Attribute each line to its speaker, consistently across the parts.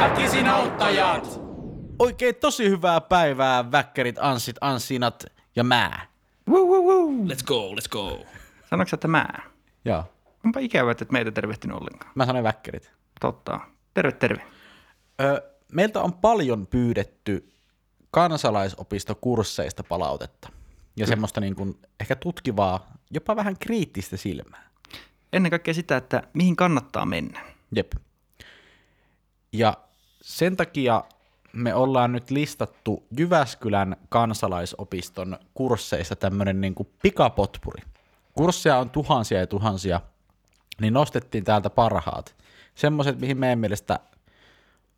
Speaker 1: väkisin auttajat!
Speaker 2: Oikein tosi hyvää päivää, väkkärit, anssit, ansinat ja mä.
Speaker 3: Woo, woo, woo.
Speaker 1: Let's go, let's go.
Speaker 3: Sanoiko sä, että mä?
Speaker 2: Joo,
Speaker 3: Onpa ikävä, että et meitä tervehtinyt ollenkaan.
Speaker 2: mä sanoin väkkärit.
Speaker 3: Totta. Terve, terve.
Speaker 2: Ö, meiltä on paljon pyydetty kansalaisopistokursseista palautetta. Ja semmoista niin kuin ehkä tutkivaa, jopa vähän kriittistä silmää.
Speaker 3: Ennen kaikkea sitä, että mihin kannattaa mennä.
Speaker 2: Jep. Ja sen takia me ollaan nyt listattu Jyväskylän kansalaisopiston kursseista tämmöinen niin kuin pikapotpuri. Kursseja on tuhansia ja tuhansia, niin nostettiin täältä parhaat. Semmoiset, mihin meidän mielestä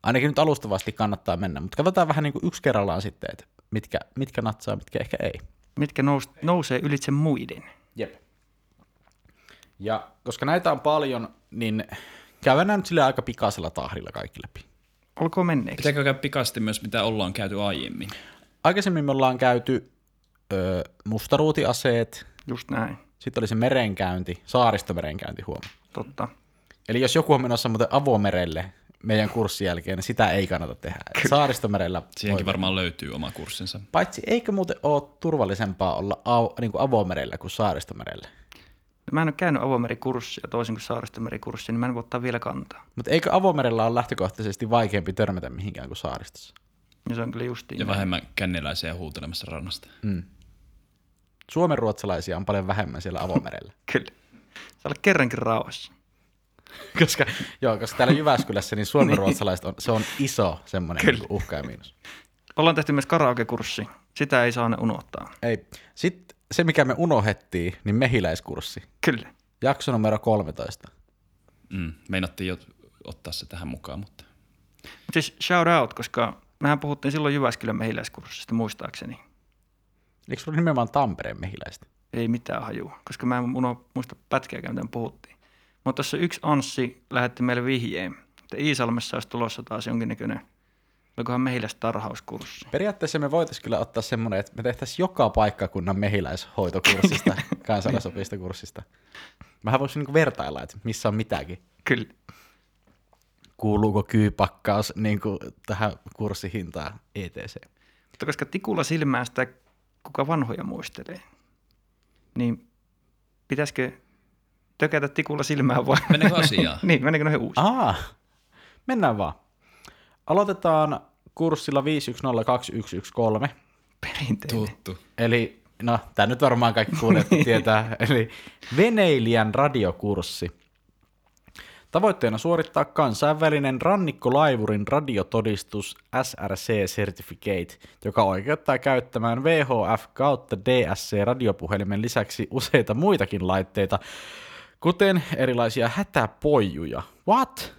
Speaker 2: ainakin nyt alustavasti kannattaa mennä, mutta katsotaan vähän niin kuin yksi kerrallaan sitten, että mitkä, mitkä natsaa, mitkä ehkä ei.
Speaker 3: Mitkä nous, nousee ylitse muiden.
Speaker 2: Jep. Ja koska näitä on paljon, niin käydään nämä nyt sille aika pikaisella tahdilla kaikki läpi.
Speaker 3: Olkoon menneeksi.
Speaker 1: Pitääkö käydä pikasti myös, mitä ollaan käyty aiemmin?
Speaker 2: Aikaisemmin me ollaan käyty ö, mustaruutiaseet,
Speaker 3: Just näin.
Speaker 2: sitten oli se merenkäynti, saaristomerenkäynti huom.
Speaker 3: Totta.
Speaker 2: Eli jos joku on menossa muuten avomerelle meidän kurssin jälkeen, niin sitä ei kannata tehdä. Saaristomerellä
Speaker 1: Siihenkin
Speaker 2: voi-
Speaker 1: varmaan löytyy oma kurssinsa.
Speaker 2: Paitsi eikö muuten ole turvallisempaa olla av- niin kuin avomerellä kuin saaristomerellä?
Speaker 3: Mä en ole käynyt avomerikurssia toisin kuin saaristomerikurssilla, niin mä en voi ottaa vielä kantaa.
Speaker 2: Mutta eikö avomerellä ole lähtökohtaisesti vaikeampi törmätä mihinkään kuin saaristossa?
Speaker 3: Ja se on kyllä justiin.
Speaker 1: Ja
Speaker 3: näin.
Speaker 1: vähemmän känniläisiä huutelemassa rannasta.
Speaker 2: Suomen ruotsalaisia on paljon vähemmän siellä avomerellä.
Speaker 3: Kyllä. Saa olla kerrankin rauhassa.
Speaker 2: koska, joo, koska täällä Jyväskylässä niin suomen ruotsalaiset on, se on iso semmoinen niin uhka ja miinus.
Speaker 3: Ollaan tehty myös karaokekurssi. Sitä ei saa ne unohtaa.
Speaker 2: Ei. Sitten se, mikä me unohdettiin, niin mehiläiskurssi.
Speaker 3: Kyllä.
Speaker 2: Jakso numero 13.
Speaker 1: Mm. Meinattiin jo ottaa se tähän mukaan, mutta
Speaker 3: Mut siis shout out, koska mehän puhuttiin silloin Jyväskylän mehiläiskurssista muistaakseni.
Speaker 2: Eikö sulla nimenomaan Tampereen mehiläistä?
Speaker 3: Ei mitään hajua, koska mä en uno, muista pätkääkään, mitä me puhuttiin. Mutta tuossa yksi Anssi lähetti meille vihjeen, että Iisalmessa olisi tulossa taas jonkinnäköinen, olikohan mehiläistarhauskurssi.
Speaker 2: Periaatteessa me voitaisiin kyllä ottaa semmoinen, että me tehtäisiin joka paikkakunnan mehiläishoitokurssista, kansalaisopistokurssista. Mähän voisin niinku vertailla, että missä on mitäkin.
Speaker 3: Kyllä.
Speaker 2: Kuuluuko kyypakkaus niinku tähän kurssihintaan E ETC?
Speaker 3: Mutta koska tikulla silmää sitä, kuka vanhoja muistelee, niin pitäisikö tökätä tikulla silmää vai?
Speaker 1: mennäänkö asiaan?
Speaker 3: niin, meneekö noihin uusi?
Speaker 2: Aa, mennään vaan. Aloitetaan kurssilla 510213.
Speaker 3: Perinteinen.
Speaker 1: Tuttu.
Speaker 2: Eli, no, tämä nyt varmaan kaikki kuulijat tietää, eli veneilijän radiokurssi. Tavoitteena suorittaa kansainvälinen rannikkolaivurin radiotodistus SRC-certificate, joka oikeuttaa käyttämään VHF kautta DSC-radiopuhelimen lisäksi useita muitakin laitteita, kuten erilaisia hätäpoijuja. What?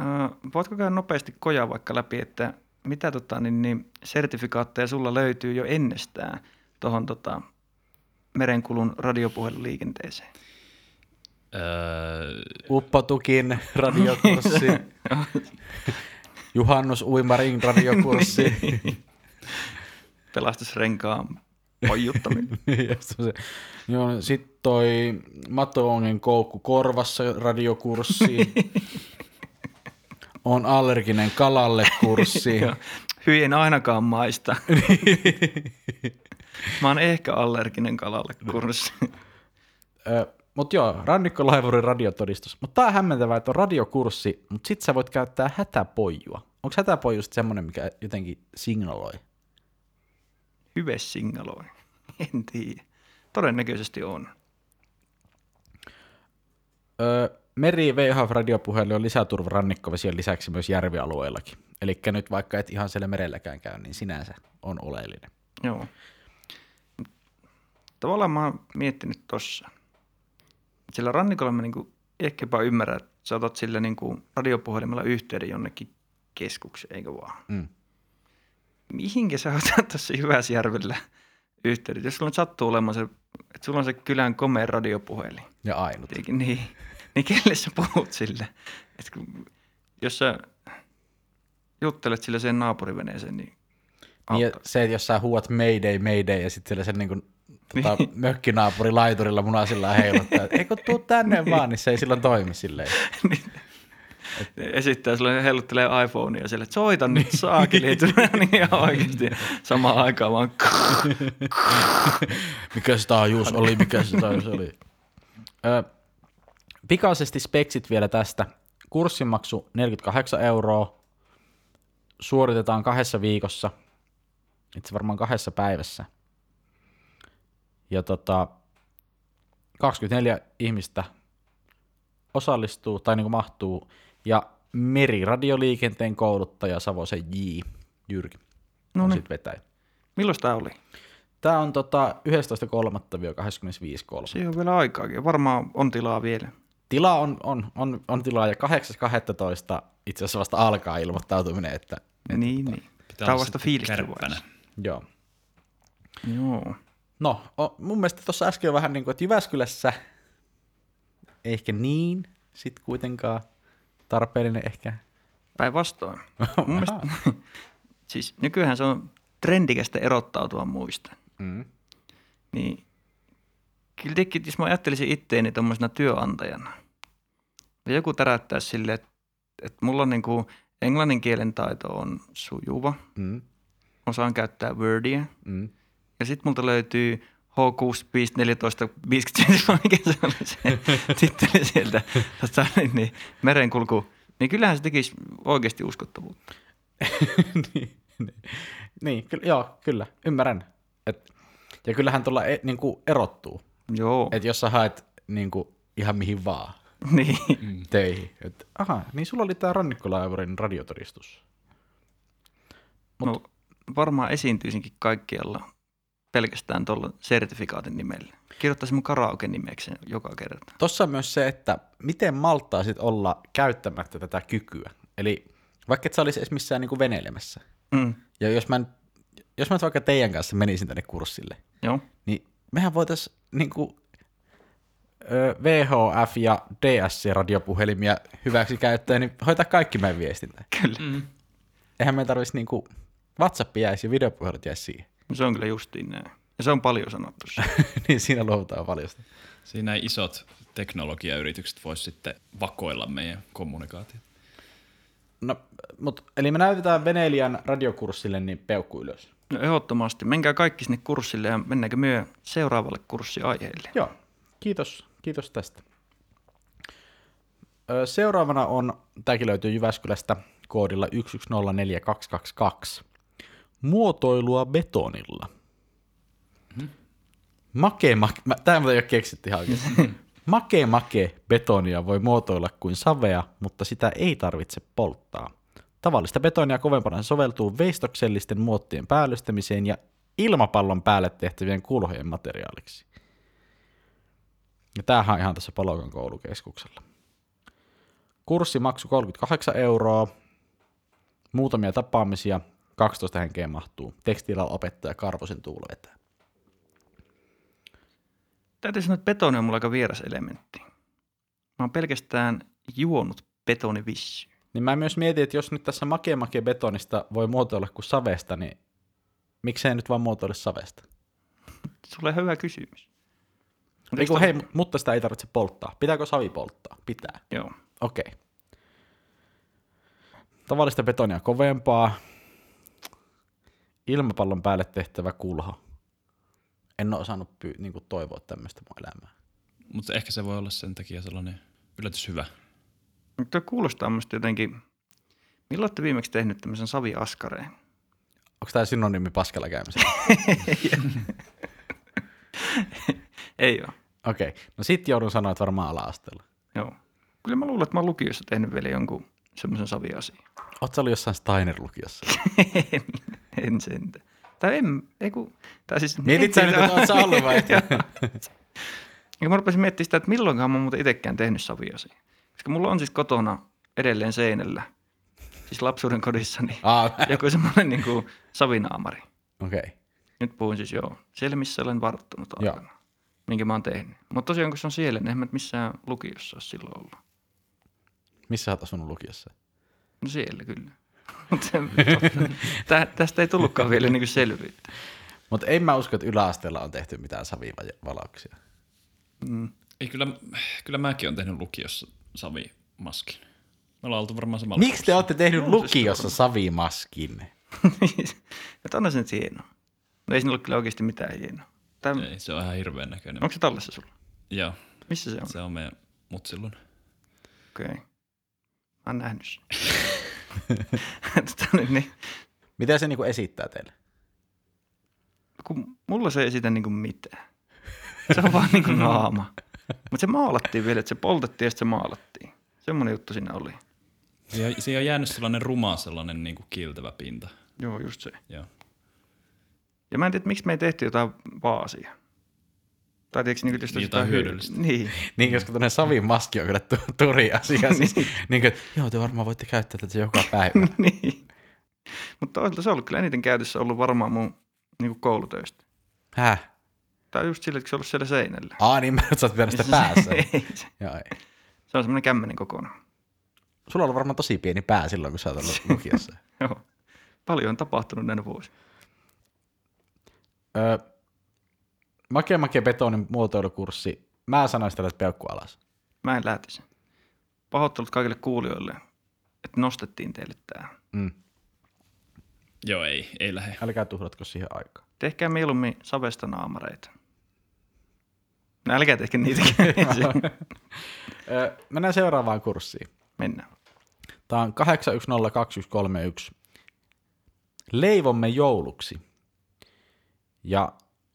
Speaker 3: Äh, voitko käydä nopeasti koja vaikka läpi, että mitä tota, niin, niin, sertifikaatteja sulla löytyy jo ennestään tuohon tota, merenkulun radiopuheluliikenteeseen?
Speaker 1: Öö,
Speaker 2: Uppotukin radiokurssi. Juhannus Uimarin No radiokurssi.
Speaker 3: Pelastusrenkaan pojuttaminen.
Speaker 2: Ja sit on Niin, se- Joo, sitten toi Matoongen koukku korvassa radiokurssi. on allerginen kalalle kurssi.
Speaker 3: Joo. Hyi en ainakaan maista. Mä oon ehkä allerginen kalalle kurssi.
Speaker 2: Mutta joo, rannikkolaivurin radiotodistus. Mutta tää on hämmentävää, että on radiokurssi, mutta sit sä voit käyttää hätäpoijua. Onko hätäpoiju sit semmonen, mikä jotenkin signaloi?
Speaker 3: Hyve singaloi. En tiedä. Todennäköisesti on.
Speaker 2: Öö, meri VHF radiopuhelu on lisäturva rannikkovesien lisäksi myös järvialueillakin. Eli nyt vaikka et ihan siellä merelläkään käy, niin sinänsä on oleellinen.
Speaker 3: Joo. Tavallaan mä oon miettinyt tossa. Sillä rannikolla mä niinku ehkäpä ymmärrän, että sä otat sillä niinku radiopuhelimella yhteyden jonnekin keskukseen, eikö vaan?
Speaker 2: Mm.
Speaker 3: Mihinkä sä otat tuossa Jyväsjärvellä yhteydet? Jos sulla nyt sattuu olemaan se, että sulla on se kylän komea radiopuhelin,
Speaker 2: Ja ainut.
Speaker 3: Eikä niin, niin kelle sä puhut sillä? Et kun, jos sä juttelet sillä sen naapuriveneeseen, niin
Speaker 2: Niin ja se, että jos sä huuat mayday, mayday ja sitten siellä sen niin kuin, tota, mökkinaapuri laiturilla munasilla heiluttaa, että eikö tuu tänne vaan, niin se ei silloin toimi silleen.
Speaker 3: Esittää sulle helluttelee iPhonea ja sille, että soita nyt saakeli, että niin ihan oikeasti samaan aikaan vaan
Speaker 2: Mikä se taajuus oli, mikä se taajuus oli. Ö, pikaisesti speksit vielä tästä. Kurssimaksu 48 euroa. Suoritetaan kahdessa viikossa. Itse varmaan kahdessa päivässä. Ja tota, 24 ihmistä osallistuu tai niin mahtuu. Ja meriradioliikenteen kouluttaja Savosen J. Jyrki. No
Speaker 3: No
Speaker 2: niin.
Speaker 3: niin,
Speaker 2: Sitten vetäjä.
Speaker 3: milloin tämä oli?
Speaker 2: Tämä on tota 11.3-25.3.
Speaker 3: Siihen on vielä aikaakin, varmaan on tilaa vielä.
Speaker 2: Tila on, on, on, on tilaa ja 8.12. itse asiassa vasta alkaa ilmoittautuminen, että
Speaker 3: Niin, niin. Tämä on
Speaker 1: olla
Speaker 3: vasta
Speaker 1: sitten
Speaker 3: fiilistä
Speaker 1: kärppänä.
Speaker 3: vaiheessa.
Speaker 2: joo.
Speaker 3: Joo.
Speaker 2: No, o, mun mielestä tuossa äsken vähän niin kuin, että Jyväskylässä ehkä niin, sit kuitenkaan tarpeellinen ehkä.
Speaker 3: Päinvastoin. Mun mielestä, siis nykyään se on trendikästä erottautua muista.
Speaker 2: Mm.
Speaker 3: Niin kyllä tekin, jos mä ajattelisin itteeni tuommoisena työnantajana, ja joku täräyttää silleen, että, että mulla on niinku englannin kielen taito on sujuva,
Speaker 2: Mm.
Speaker 3: osaan käyttää Wordia,
Speaker 2: Mm.
Speaker 3: ja sitten multa löytyy H6, 5, 14, 50, vai mikä se oli se titteli sieltä, tota, niin, niin, merenkulku, niin kyllähän se tekisi oikeasti uskottavuutta.
Speaker 2: niin, niin. niin kyllä, joo, kyllä, ymmärrän. Et, ja kyllähän tuolla e, niin kuin erottuu,
Speaker 3: Joo, Et...
Speaker 2: että jos sä haet niin kuin, ihan mihin vaan,
Speaker 3: niin.
Speaker 1: Mm.
Speaker 2: töihin. Et, aha, niin sulla oli tämä rannikkolaivurin radiotodistus. Mut-
Speaker 3: Mut... No, varmaan esiintyisinkin kaikkialla pelkästään tuolla sertifikaatin nimellä. Kirjoittaisin mun karaoke nimekseen joka kerta.
Speaker 2: Tossa on myös se, että miten malttaisit olla käyttämättä tätä kykyä. Eli vaikka et sä olisi edes missään niin veneilemässä,
Speaker 3: Mm.
Speaker 2: ja jos mä, en- jos mä nyt vaikka teidän kanssa menisin tänne kurssille,
Speaker 3: Joo.
Speaker 2: niin mehän voitaisiin niin VHF ja DSC-radiopuhelimia hyväksi käyttää, niin hoitaa kaikki meidän viestintä.
Speaker 3: Kyllä.
Speaker 1: Mm.
Speaker 2: Eihän meidän tarvitsisi niin WhatsApp jäisi ja videopuhelut jäisi siihen.
Speaker 3: No Se on kyllä justiin näin. Ja se on paljon sanottu. se.
Speaker 2: niin siinä luovutaan paljon.
Speaker 1: Siinä ei isot teknologiayritykset voisi sitten vakoilla meidän kommunikaatiota.
Speaker 2: No, mut, eli me näytetään veneilijän radiokurssille niin peukku ylös.
Speaker 3: No ehdottomasti. Menkää kaikki sinne kurssille ja mennäänkö myö seuraavalle kurssiaiheelle.
Speaker 2: Joo, kiitos, kiitos tästä. Ö, Seuraavana on, tämäkin löytyy Jyväskylästä koodilla 11042222. Muotoilua betonilla. Make, make, mä- tämä ei ole keksitty ihan oikeasti. Make, make betonia voi muotoilla kuin savea, mutta sitä ei tarvitse polttaa. Tavallista betonia kovempana se soveltuu veistoksellisten muottien päällystämiseen ja ilmapallon päälle tehtävien kulhojen materiaaliksi. Ja tämähän on ihan tässä Palokan koulukeskuksella. Kurssimaksu 38 euroa, muutamia tapaamisia, 12 henkeä mahtuu. Tekstiilan opettaja Karvosen tuulo vetää.
Speaker 3: Täytyy sanoa, että betoni on mulla aika vieras elementti. Mä oon pelkästään juonut betonivissyä.
Speaker 2: Niin mä myös mietin, että jos nyt tässä makemake betonista voi muotoilla kuin savesta, niin miksei nyt vaan muotoile savesta?
Speaker 3: Sulle hyvä kysymys. Mut
Speaker 2: Eiku,
Speaker 3: eikö-
Speaker 2: hei, mutta sitä ei tarvitse polttaa. Pitääkö savi polttaa? Pitää.
Speaker 3: Joo.
Speaker 2: Okei. Tavallista betonia kovempaa. Ilmapallon päälle tehtävä kulho. En ole osannut py- niin toivoa tämmöistä mun elämää.
Speaker 1: Mutta ehkä se voi olla sen takia sellainen yllätyshyvä.
Speaker 3: Mutta kuulostaa musta jotenkin, milloin olette viimeksi tehnyt tämmöisen saviaskareen?
Speaker 2: Onko tämä synonyymi paskalla käymisellä?
Speaker 3: Ei ole.
Speaker 2: Okei. No sit joudun sanoa, että varmaan ala-asteella.
Speaker 3: Joo. Kyllä mä luulen, että mä oon lukiossa tehnyt vielä jonkun semmoisen saviasian.
Speaker 2: Oot sä ollut jossain Steiner-lukiossa?
Speaker 3: en, en sentä. Tai en, ei kun, tai siis...
Speaker 2: Mietit sä nyt, että oot sä ollut vai? et?
Speaker 3: Ja mä rupesin miettimään sitä, että milloinkaan mä oon muuten itsekään tehnyt saviasia. Koska mulla on siis kotona edelleen seinällä, siis lapsuuden kodissani,
Speaker 2: Aa,
Speaker 3: joku semmoinen niin kuin savinaamari.
Speaker 2: Okei. Okay.
Speaker 3: Nyt puhun siis joo, siellä missä olen varttunut
Speaker 2: Joo.
Speaker 3: aikana, minkä mä oon tehnyt. Mutta tosiaan kun se on siellä, niin en mä missään lukiossa ole silloin ollut.
Speaker 2: Missä sä oot asunut lukiossa?
Speaker 3: No siellä kyllä. Mutta tä, tästä ei tullutkaan vielä niin selvyyttä.
Speaker 2: Mutta en mä usko, että yläasteella on tehty mitään savivalauksia.
Speaker 1: Ei, kyllä, kyllä mäkin olen tehnyt lukiossa savimaskin. Me ollaan oltu varmaan samalla.
Speaker 2: Miksi te olette tehnyt
Speaker 3: Joo, siis
Speaker 2: lukiossa savimaskin?
Speaker 3: Että onhan se nyt hienoa. No ei siinä ollut kyllä oikeasti mitään hienoa. Tää,
Speaker 1: Ei, se on ihan hirveän näköinen.
Speaker 3: onko se tallessa sulla?
Speaker 1: Joo,
Speaker 3: Missä se on?
Speaker 1: se on meidän mutsilun.
Speaker 3: Okei. Okay. Mä oon nähnyt sen. tota, niin, niin,
Speaker 2: Mitä se niinku esittää teille?
Speaker 3: kun mulla se ei esitä niinku mitään. Se on vaan niinku naama. Mutta se maalattiin vielä, että se poltettiin ja sitten se maalattiin. Semmoinen juttu siinä oli.
Speaker 1: Siihen on- siihen on jäänyt sellainen ruma, sellainen niin kuin kiiltävä pinta.
Speaker 3: Joo, just se.
Speaker 1: Joo.
Speaker 3: Ja mä en tiedä, että miksi me ei tehty jotain vaasia. Tai tiedätkö, niin
Speaker 1: Jotain
Speaker 3: jotain,
Speaker 1: hyödyllistä.
Speaker 3: Niin.
Speaker 2: Niin, koska tuonne savimaski on kyllä tu- turi asia. Siis, niin kuin, joo, te varmaan voitte käyttää tätä joka päivä.
Speaker 3: niin. Mutta toisaalta se on ollut kyllä eniten käytössä ollut varmaan mun niin koulutöistä.
Speaker 2: Häh?
Speaker 3: Tai just sillä, että se on ollut siellä seinällä.
Speaker 2: Aa, niin mä nyt sä oot pitänyt sitä päässä.
Speaker 3: Ei se-
Speaker 2: joo, ei.
Speaker 3: se on semmoinen kämmenen kokonaan.
Speaker 2: Sulla oli varmaan tosi pieni pää silloin, kun sä oot ollut lukiossa.
Speaker 3: Joo. Paljon on tapahtunut näinä vuosina.
Speaker 2: Öö, makea makea betonin muotoilukurssi. Mä sanoisin tällä, että peukku alas.
Speaker 3: Mä en lähti sen. Pahoittelut kaikille kuulijoille, että nostettiin teille tämä.
Speaker 2: Mm.
Speaker 1: Joo, ei, ei lähde.
Speaker 2: Älkää tuhlatko siihen aikaa.
Speaker 3: Tehkää mieluummin savesta naamareita. No, älkää tehkö niitäkään.
Speaker 2: Öö, mennään seuraavaan kurssiin.
Speaker 3: Mennään.
Speaker 2: Tämä on 8102131. Leivomme jouluksi. Ja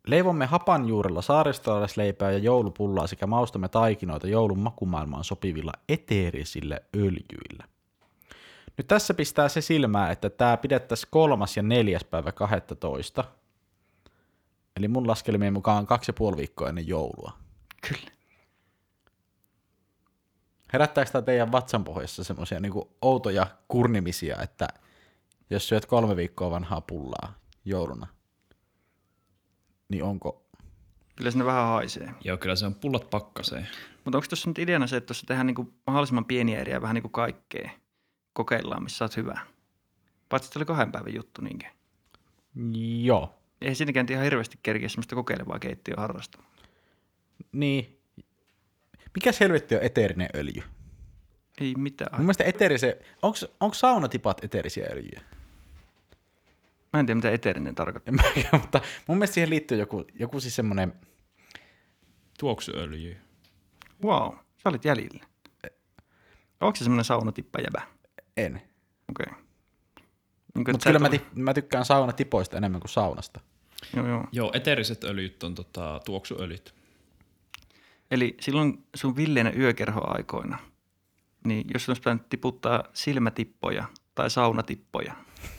Speaker 2: leivomme hapanjuurella saaristolaisleipää ja joulupullaa sekä maustamme taikinoita joulun makumaailmaan sopivilla eteerisillä öljyillä. Nyt tässä pistää se silmää, että tämä pidettäisiin kolmas ja neljäs päivä 12. Eli mun laskelmien mukaan kaksi ja puoli viikkoa ennen joulua.
Speaker 3: Kyllä.
Speaker 2: Herättääkö tämä teidän vatsan pohjassa semmoisia niinku outoja kurnimisia, että jos syöt kolme viikkoa vanhaa pullaa jouluna, niin onko...
Speaker 3: Kyllä sinne vähän haisee.
Speaker 1: Joo, kyllä se on pullat pakkaseen.
Speaker 3: Mutta onko tuossa nyt ideana se, että tuossa tehdään niinku mahdollisimman pieniä eriä vähän niinku kaikkea. Kokeillaan, missä oot hyvä. Paitsi että oli kahden päivän juttu niinkään.
Speaker 2: Joo.
Speaker 3: Eihän siinäkään ihan hirveästi kerkeä semmoista kokeilevaa keittiöä harrastamaan.
Speaker 2: Niin. Mikäs helvetti on eteerinen öljy?
Speaker 3: Ei mitään.
Speaker 2: Mun mielestä eteerisen... Onko saunatipat eteerisiä öljyjä?
Speaker 3: Mä en tiedä, mitä eteerinen tarkoittaa.
Speaker 2: En mä, mutta mun mielestä siihen liittyy joku, joku siis semmoinen...
Speaker 1: Tuoksuöljy.
Speaker 3: Wow, sä olit jäljellä. Onko se semmoinen saunatippajävä?
Speaker 2: En.
Speaker 3: Okei. Okay. Niin
Speaker 2: Mutta kyllä mä, ti- mä, tykkään saunatipoista enemmän kuin saunasta.
Speaker 3: Joo, joo.
Speaker 1: Joo, eteeriset öljyt on tota, tuoksuöljyt.
Speaker 3: Eli silloin sun villeinä yökerhoaikoina, niin jos olisi pitänyt tiputtaa silmätippoja tai saunatippoja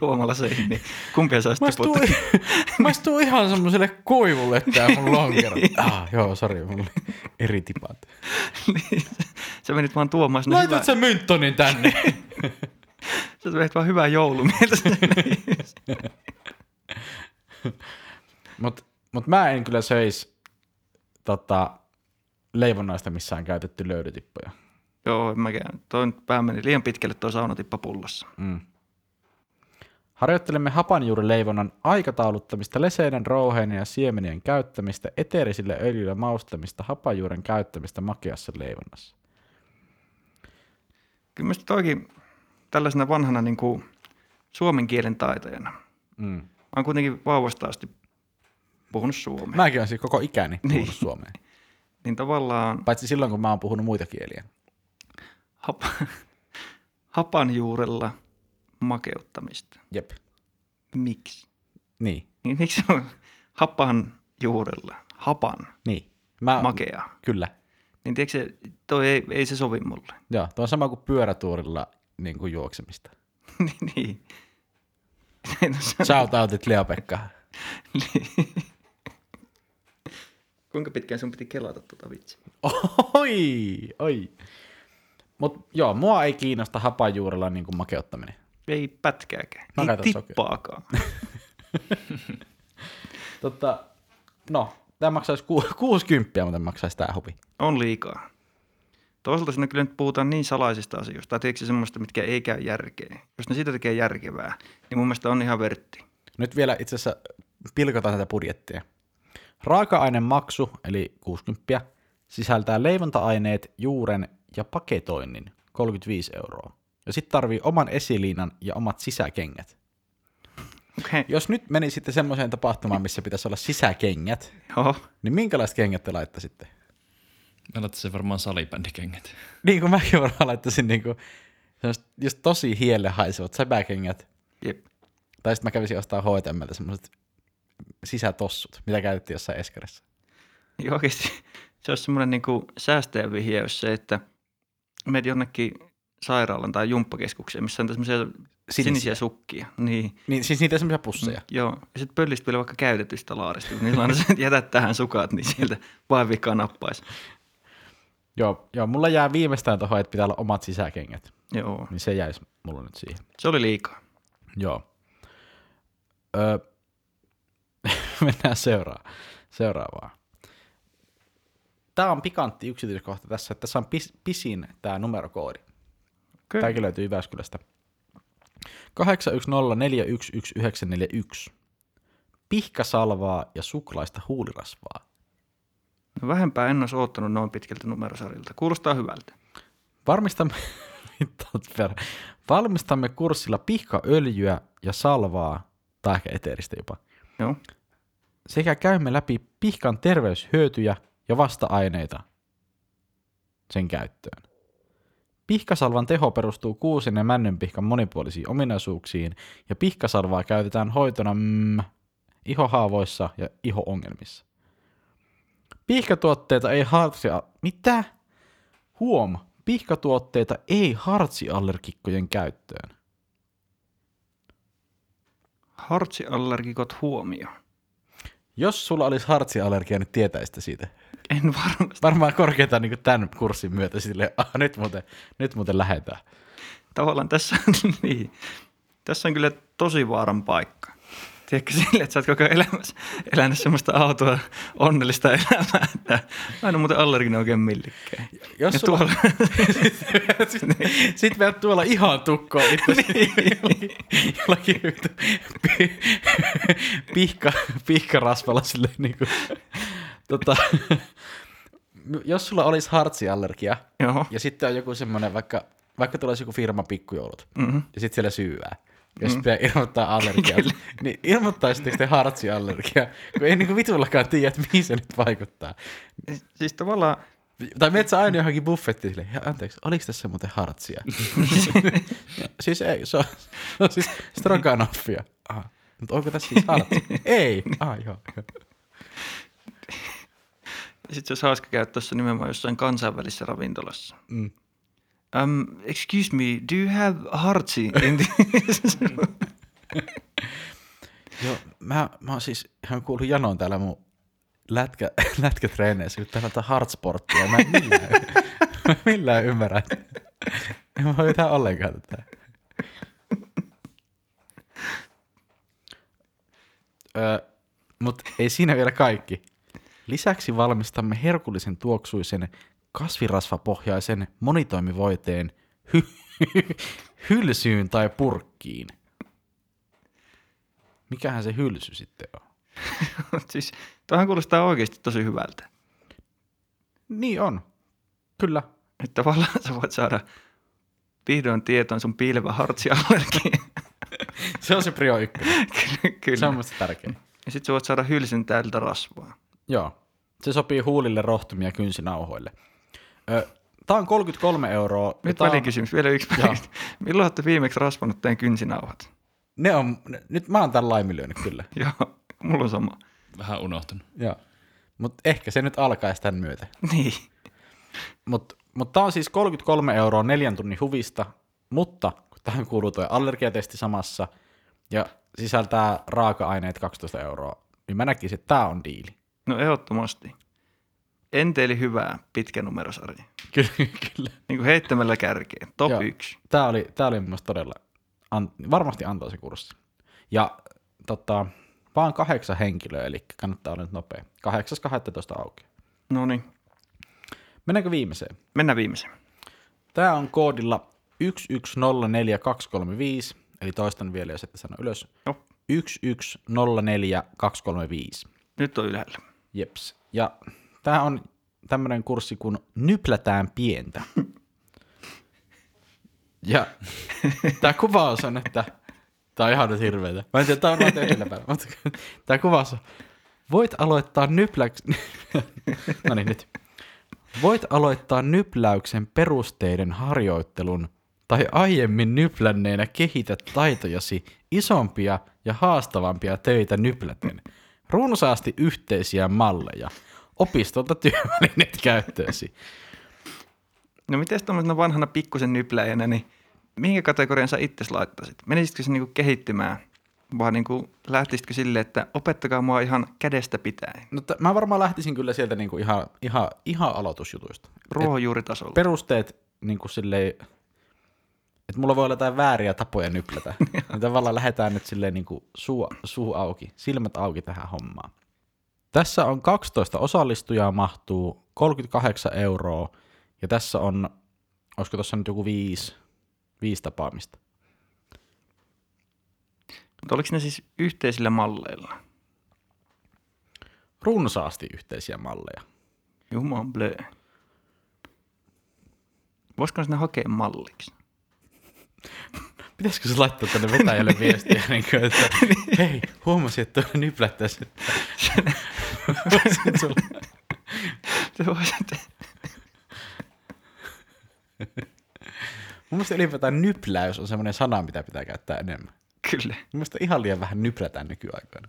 Speaker 3: juomalla se, niin kumpia sä olisit
Speaker 2: Maistuu,
Speaker 3: tiputtanut?
Speaker 2: maistuu ihan semmoiselle koivulle tää mun lonkero. ah, joo, No sori, mulla oli eri tipat.
Speaker 3: Sä menit vaan tuomaan sinne hyvää,
Speaker 2: Laitat
Speaker 3: sä...
Speaker 2: sä mynttonin tänne?
Speaker 3: menit vaan hyvää joulumieltä.
Speaker 2: Mut, mut mä en kyllä söis tota, leivonnaista missään käytetty löydytippoja.
Speaker 3: joo, en mäkään. Toi nyt vähän meni liian pitkälle toi saunatippa pullossa.
Speaker 2: Mm. Harjoittelemme hapanjuurileivonnan aikatauluttamista, leseiden, rouheiden ja siemenien käyttämistä, eteerisillä öljyillä maustamista, hapanjuuren käyttämistä makeassa leivonnassa.
Speaker 3: Kyllä minusta toikin tällaisena vanhana niin kuin suomen kielen taitajana. Mä
Speaker 2: Mm.
Speaker 3: oon kuitenkin vauvasta asti puhunut suomea. Mä...
Speaker 2: Mäkin olen siis koko ikäni puhunut
Speaker 3: Niin.
Speaker 2: suomea,
Speaker 3: Niin tavallaan
Speaker 2: paitsi silloin kun mä oon puhunut muita kieliä.
Speaker 3: hapa, hapan juurella makeuttamista.
Speaker 2: Jep.
Speaker 3: Miksi?
Speaker 2: Niin.
Speaker 3: Niin miksi on hapan juurella, hapan,
Speaker 2: Niin. Mä,
Speaker 3: makea?
Speaker 2: Kyllä.
Speaker 3: Niin tiedätkö, se, toi ei, ei se sovi mulle.
Speaker 2: Joo, tuo on sama kuin pyörätuurilla niin kuin juoksemista.
Speaker 3: niin. niin. No se-
Speaker 2: Shoutoutit Leo-Pekka.
Speaker 3: Kuinka pitkään sun piti kelata tuota vitsiä?
Speaker 2: Oi, oi. Mut joo, mua ei kiinnosta hapajuurella niin kuin makeuttaminen.
Speaker 3: Ei pätkääkään.
Speaker 2: Mä
Speaker 3: Ei
Speaker 2: käytän sokeria.
Speaker 3: tippaakaan.
Speaker 2: Totta, no, tämä maksaisi ku, 60, mutta maksaisi tämä hobi.
Speaker 3: On liikaa. Toisaalta siinä kyllä nyt puhutaan niin salaisista asioista, tai tiedätkö semmoista, mitkä ei käy järkeä. Jos ne siitä tekee järkevää, niin mun mielestä on ihan vertti.
Speaker 2: Nyt vielä itse asiassa pilkotaan tätä budjettia. Raaka-ainemaksu, eli 60, sisältää leivonta-aineet, juuren ja paketoinnin, 35 euroa. Ja sitten tarvii oman esiliinan ja omat sisäkengät.
Speaker 3: Okei,
Speaker 2: Jos nyt menisitte semmoiseen tapahtumaan, missä pitäisi olla sisäkengät,
Speaker 3: joo.
Speaker 2: niin minkälaiset kengät te laittaisitte?
Speaker 1: Mä laittaisin varmaan salibändikengät.
Speaker 2: Niin kuin mäkin varmaan laittaisin niin kuin, jos tosi hielle haisevat säpäkengät,
Speaker 3: Jep.
Speaker 2: tai sitten mä kävisin ostaa H&Mltä semmoiset sisätossut, mitä käytettiin jossain eskarissa.
Speaker 3: Niin oikeasti se olisi semmoinen niin säästäjän vihje, jos se, että menet jonnekin sairaalan tai jumppakeskukseen, missä on tämmöisiä sinisiä, sinisiä sukkia. Niin,
Speaker 2: Niin, siis niitä semmoisia pusseja.
Speaker 3: joo. Ja sitten pöllistä vielä vaikka käytetystä laarista, kun niillä on se, että jätät tähän sukat, niin sieltä vain vika nappaisi.
Speaker 2: Joo, joo, mulla jää viimeistään tuohon, että pitää olla omat sisäkengät.
Speaker 3: Joo,
Speaker 2: Niin se jäisi mulla nyt siihen.
Speaker 3: se oli liikaa.
Speaker 2: Joo. Öö, mennään seura- seuraavaan. Tämä on pikantti yksityiskohta tässä, että tässä on pis- pisin tämä numerokoodi.
Speaker 3: Kyllä.
Speaker 2: Tämäkin löytyy Jyväskylästä. 810411941. Pihkasalvaa ja suklaista huulirasvaa.
Speaker 3: No vähempää en olisi oottanut noin pitkältä numerosarjalta. Kuulostaa hyvältä.
Speaker 2: Varmistamme, Mittaat perä. Valmistamme kurssilla pihkaöljyä ja salvaa, tai ehkä eteeristä jopa,
Speaker 3: Joo.
Speaker 2: sekä käymme läpi pihkan terveyshyötyjä ja vasta-aineita sen käyttöön. Pihkasalvan teho perustuu kuusen ja männynpihkan monipuolisiin ominaisuuksiin ja pihkasalvaa käytetään hoitona mm, ihohaavoissa ja ihoongelmissa. Pihkatuotteita ei hartsia... Mitä? Huom! Pihkatuotteita ei hartsiallergikkojen käyttöön.
Speaker 3: Hartsiallergikot huomio.
Speaker 2: Jos sulla olisi hartsiallergia, niin tietäisit siitä.
Speaker 3: En varmasti.
Speaker 2: varmaan korkeintaan niin tämän kurssin myötä sille, ah, nyt muuten, nyt muuten lähetään.
Speaker 3: Tavallaan tässä on, niin. tässä on kyllä tosi vaaran paikka. Tiedätkö sille, että sä oot koko elämässä elänyt semmoista autoa onnellista elämää, että aina muuten allerginen oikein millekään.
Speaker 2: Jos
Speaker 3: Ja
Speaker 2: sulla...
Speaker 3: tuolla-
Speaker 2: Sitten sit menet tuolla ihan tukkoon itse niin. jollakin vittu pi, pihka, pihkarasvalla silleen niin kuin, tota, jos sulla olisi hartsiallergia
Speaker 3: Joo,
Speaker 2: ja sitten on joku semmoinen vaikka, vaikka tulee joku firma pikkujoulut
Speaker 3: Mhm.
Speaker 2: ja sitten siellä syyää. Ja jos pitää ilmoittaa allergiaa, niin ilmoittaisitteko te hartsiallergiaa, kun ei niinku vitullakaan tiedä, että mihin se nyt vaikuttaa.
Speaker 3: siis tavallaan
Speaker 2: Tai menet sä aina johonkin buffettiin silleen, "Ja, anteeksi, oliko tässä muuten hartsia? siis ei, se on, se on siis stroganoffia. Aha. Mutta onko tässä siis hartsia? ei. Ah, joo.
Speaker 3: sit se olisi hauska käyttää se nimenomaan jossain kansainvälisessä ravintolassa.
Speaker 2: Mm.
Speaker 3: Um, excuse me, do you have hartsi? in this?
Speaker 2: joo mä, mä oon siis ihan kuullut janoon täällä mun lätkä, lätkätreeneissä, kun täällä on hardsporttia. Mä en millään, mä en millään ymmärrä. että- En mä yhtään ollenkaan tätä. Öö, Mutta ei siinä vielä kaikki. Lisäksi valmistamme herkullisen tuoksuisen kasvirasvapohjaisen monitoimivoiteen hy- hylsyyn tai purkkiin. Mikähän se hylsy sitten on?
Speaker 3: siis, tämähän kuulostaa oikeasti tosi hyvältä.
Speaker 2: Niin on. Kyllä.
Speaker 3: Että tavallaan sä voit saada vihdoin tietoon sun piilevä hartsiallergia.
Speaker 2: Se on se prio ykkönen.
Speaker 3: Kyllä,
Speaker 2: Se on
Speaker 3: Kyllä.
Speaker 2: musta tärkein.
Speaker 3: Ja sit sä voit saada hylsyn täältä rasvaa.
Speaker 2: Joo. Se sopii huulille, rohtumia ja kynsinauhoille. Ö, tää on 33 euroa. ja
Speaker 3: Nyt
Speaker 2: tää on-
Speaker 3: välikysymys, vielä yksi
Speaker 2: Joo.
Speaker 3: välikysymys. Milloin olette viimeksi rasvanut teidän kynsinauhat?
Speaker 2: Ne on, ne- nyt mä oon tän laiminlyönyt kyllä.
Speaker 3: Joo, mulla on sama.
Speaker 1: Vähän unohtanut.
Speaker 2: Joo. Mut ehkä se nyt alkaisi tän myötä.
Speaker 3: Niin.
Speaker 2: Mut, mut tää on siis 33 euroa neljän tunnin huvista, mutta kun tähän kuuluu tuo allergiatesti samassa ja sisältää raaka-aineet 12 euroa, niin mä näkisin, että tää on diili.
Speaker 3: No ehdottomasti. Enteeli hyvää pitkä numerosarja.
Speaker 2: Kyllä, kyllä.
Speaker 3: Niin kuin heittämällä kärkeen. Top
Speaker 2: Joo.
Speaker 3: yksi.
Speaker 2: Tämä oli, tää oli mun mielestä todella, an, varmasti antaa se kurssi. Ja tota, vaan kahdeksan henkilöä, eli kannattaa olla nyt nopea. 8.12. auki.
Speaker 3: No niin,
Speaker 2: Mennäänkö viimeiseen?
Speaker 3: mennään viimeiseen.
Speaker 2: Tämä on koodilla 110425, eli toistan vielä, jos ette sano ylös.
Speaker 3: Joo.
Speaker 2: 1104235.
Speaker 3: Nyt on ylhäällä.
Speaker 2: Jeps. Ja tämä on tämmöinen kurssi kuin Nyplätään pientä. Ja tämä kuvaus on, että tämä on ihan nyt hirveetä. Mä en tiedä, tämä on vaan teillä päin, mutta tämä kuvaus on. Voit aloittaa nypläks... no niin, nyt. Voit aloittaa nypläyksen perusteiden harjoittelun tai aiemmin nyplänneenä kehitä taitojasi isompia ja haastavampia töitä nypläten. Runsaasti yhteisiä malleja. Opistolta työvälineet käyttöösi.
Speaker 3: No miten tuommoisena vanhana pikkusen nypläjänä, niin mihin kategorian sä itse laittaisit? Menisitkö se niinku kehittymään vai niinku lähtisitkö sille, että opettakaa mua ihan kädestä pitäen,
Speaker 2: No, t- mä varmaan lähtisin kyllä sieltä niinku ihan, ihan, ihan aloitusjutuista.
Speaker 3: ruohonjuuritasolla? Per-
Speaker 2: Perusteet niinku silleen, että mulla voi olla jotain vääriä tapoja nyplätä. niin tavallaan lähdetään nyt silleen niinku suu, suu auki, silmät auki tähän hommaan. Tässä on 12 osallistujaa, mahtuu 38 euroa ja tässä on, olisiko tuossa nyt joku viisi, viisi tapaamista.
Speaker 3: Mutta oliko ne siis yhteisillä malleilla?
Speaker 2: Runsaasti yhteisiä malleja.
Speaker 3: Juman blöö. Voisiko sinä hakea malliksi?
Speaker 2: Pitäisikö se laittaa tänne vetäjälle viestiä, niin kuin, että hei, huomasin, että tuolla nyplättäisi. Voisit sulla-
Speaker 3: Se voisi te-
Speaker 2: Mun mielestä ylipäätään nypläys on semmoinen sana, mitä pitää käyttää enemmän.
Speaker 3: Kyllä.
Speaker 2: Mun mielestä ihan liian vähän nyplätään nykyaikoina.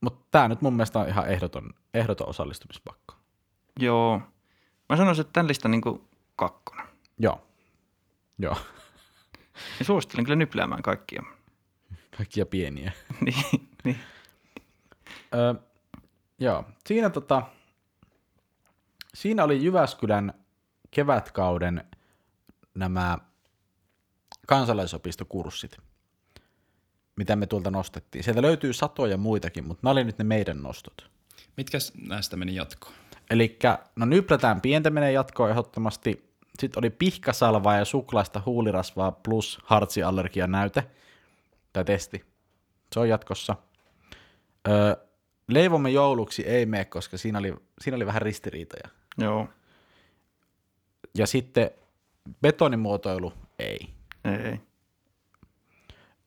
Speaker 2: Mutta tämä nyt mun mielestä on ihan ehdoton, ehdoton osallistumispakko.
Speaker 3: Joo. Mä sanoisin, että tämän listan niin kakkonen.
Speaker 2: Joo. Joo.
Speaker 3: Ja suosittelen kyllä nypläämään kaikkia.
Speaker 2: Kaikkia pieniä.
Speaker 3: niin, niin.
Speaker 2: Öö, joo, siinä, tota, siinä oli Jyväskylän kevätkauden nämä kansalaisopistokurssit, mitä me tuolta nostettiin. Sieltä löytyy satoja muitakin, mutta nämä oli nyt ne meidän nostot.
Speaker 1: Mitkä näistä meni jatkoon?
Speaker 2: Eli no nyplätään pientä menee jatkoon ehdottomasti. Sitten oli pihkasalvaa ja suklaista huulirasvaa plus hartsiallergia näyte tai testi. Se on jatkossa. Öö, leivomme jouluksi ei mene, koska siinä oli, siinä oli vähän ristiriitoja.
Speaker 3: Joo.
Speaker 2: Ja sitten betonimuotoilu ei.
Speaker 3: Ei, ei.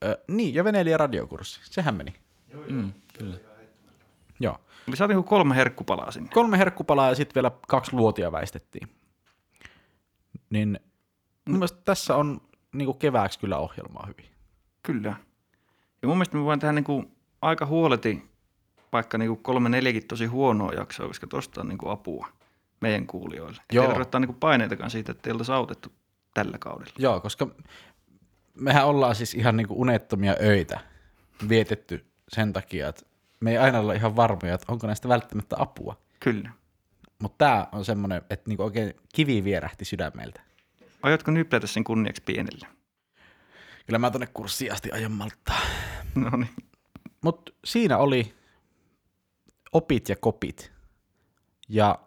Speaker 2: Öö, niin, ja veneilijä radiokurssi. Sehän meni.
Speaker 1: Mm, kyllä.
Speaker 2: Joo.
Speaker 3: Eli sä niinku kolme herkkupalaa sinne.
Speaker 2: Kolme herkkupalaa ja sitten vielä kaksi luotia väistettiin. Niin mun mielestä tässä on niinku kevääksi kyllä ohjelmaa hyvin.
Speaker 3: Kyllä. Ja mun mielestä me voidaan tehdä niinku aika huoleti vaikka niinku kolme neljäkin tosi huonoa jaksoa, koska tosta on niinku apua meidän kuulijoille.
Speaker 2: Joo.
Speaker 3: Joo. Ei tarvitse niinku paineitakaan siitä, että teiltä autettu tällä kaudella.
Speaker 2: Joo, koska mehän ollaan siis ihan niinku unettomia öitä vietetty sen takia, että me ei aina olla ihan varmoja, että onko näistä välttämättä apua.
Speaker 3: Kyllä.
Speaker 2: Mutta tämä on semmoinen, että niinku oikein kivi vierähti sydämeltä.
Speaker 3: Aiotko nyplätä sen kunniaksi pienelle?
Speaker 2: Kyllä mä tonne kurssiin asti aion malttaa.
Speaker 3: No niin.
Speaker 2: Mutta siinä oli opit ja kopit. Ja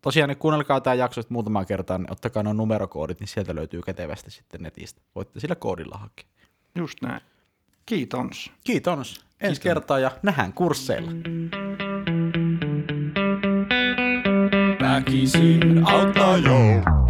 Speaker 2: tosiaan niin kuunnelkaa tämä jakso sitten muutamaan kertaan, niin ottakaa nuo numerokoodit, niin sieltä löytyy kätevästi sitten netistä. Voitte sillä koodilla hakea.
Speaker 3: Just näin. Kiitos.
Speaker 2: Kiitos. Ensi kertaa ja nähdään kursseilla.
Speaker 1: Väkisin auttaa joo.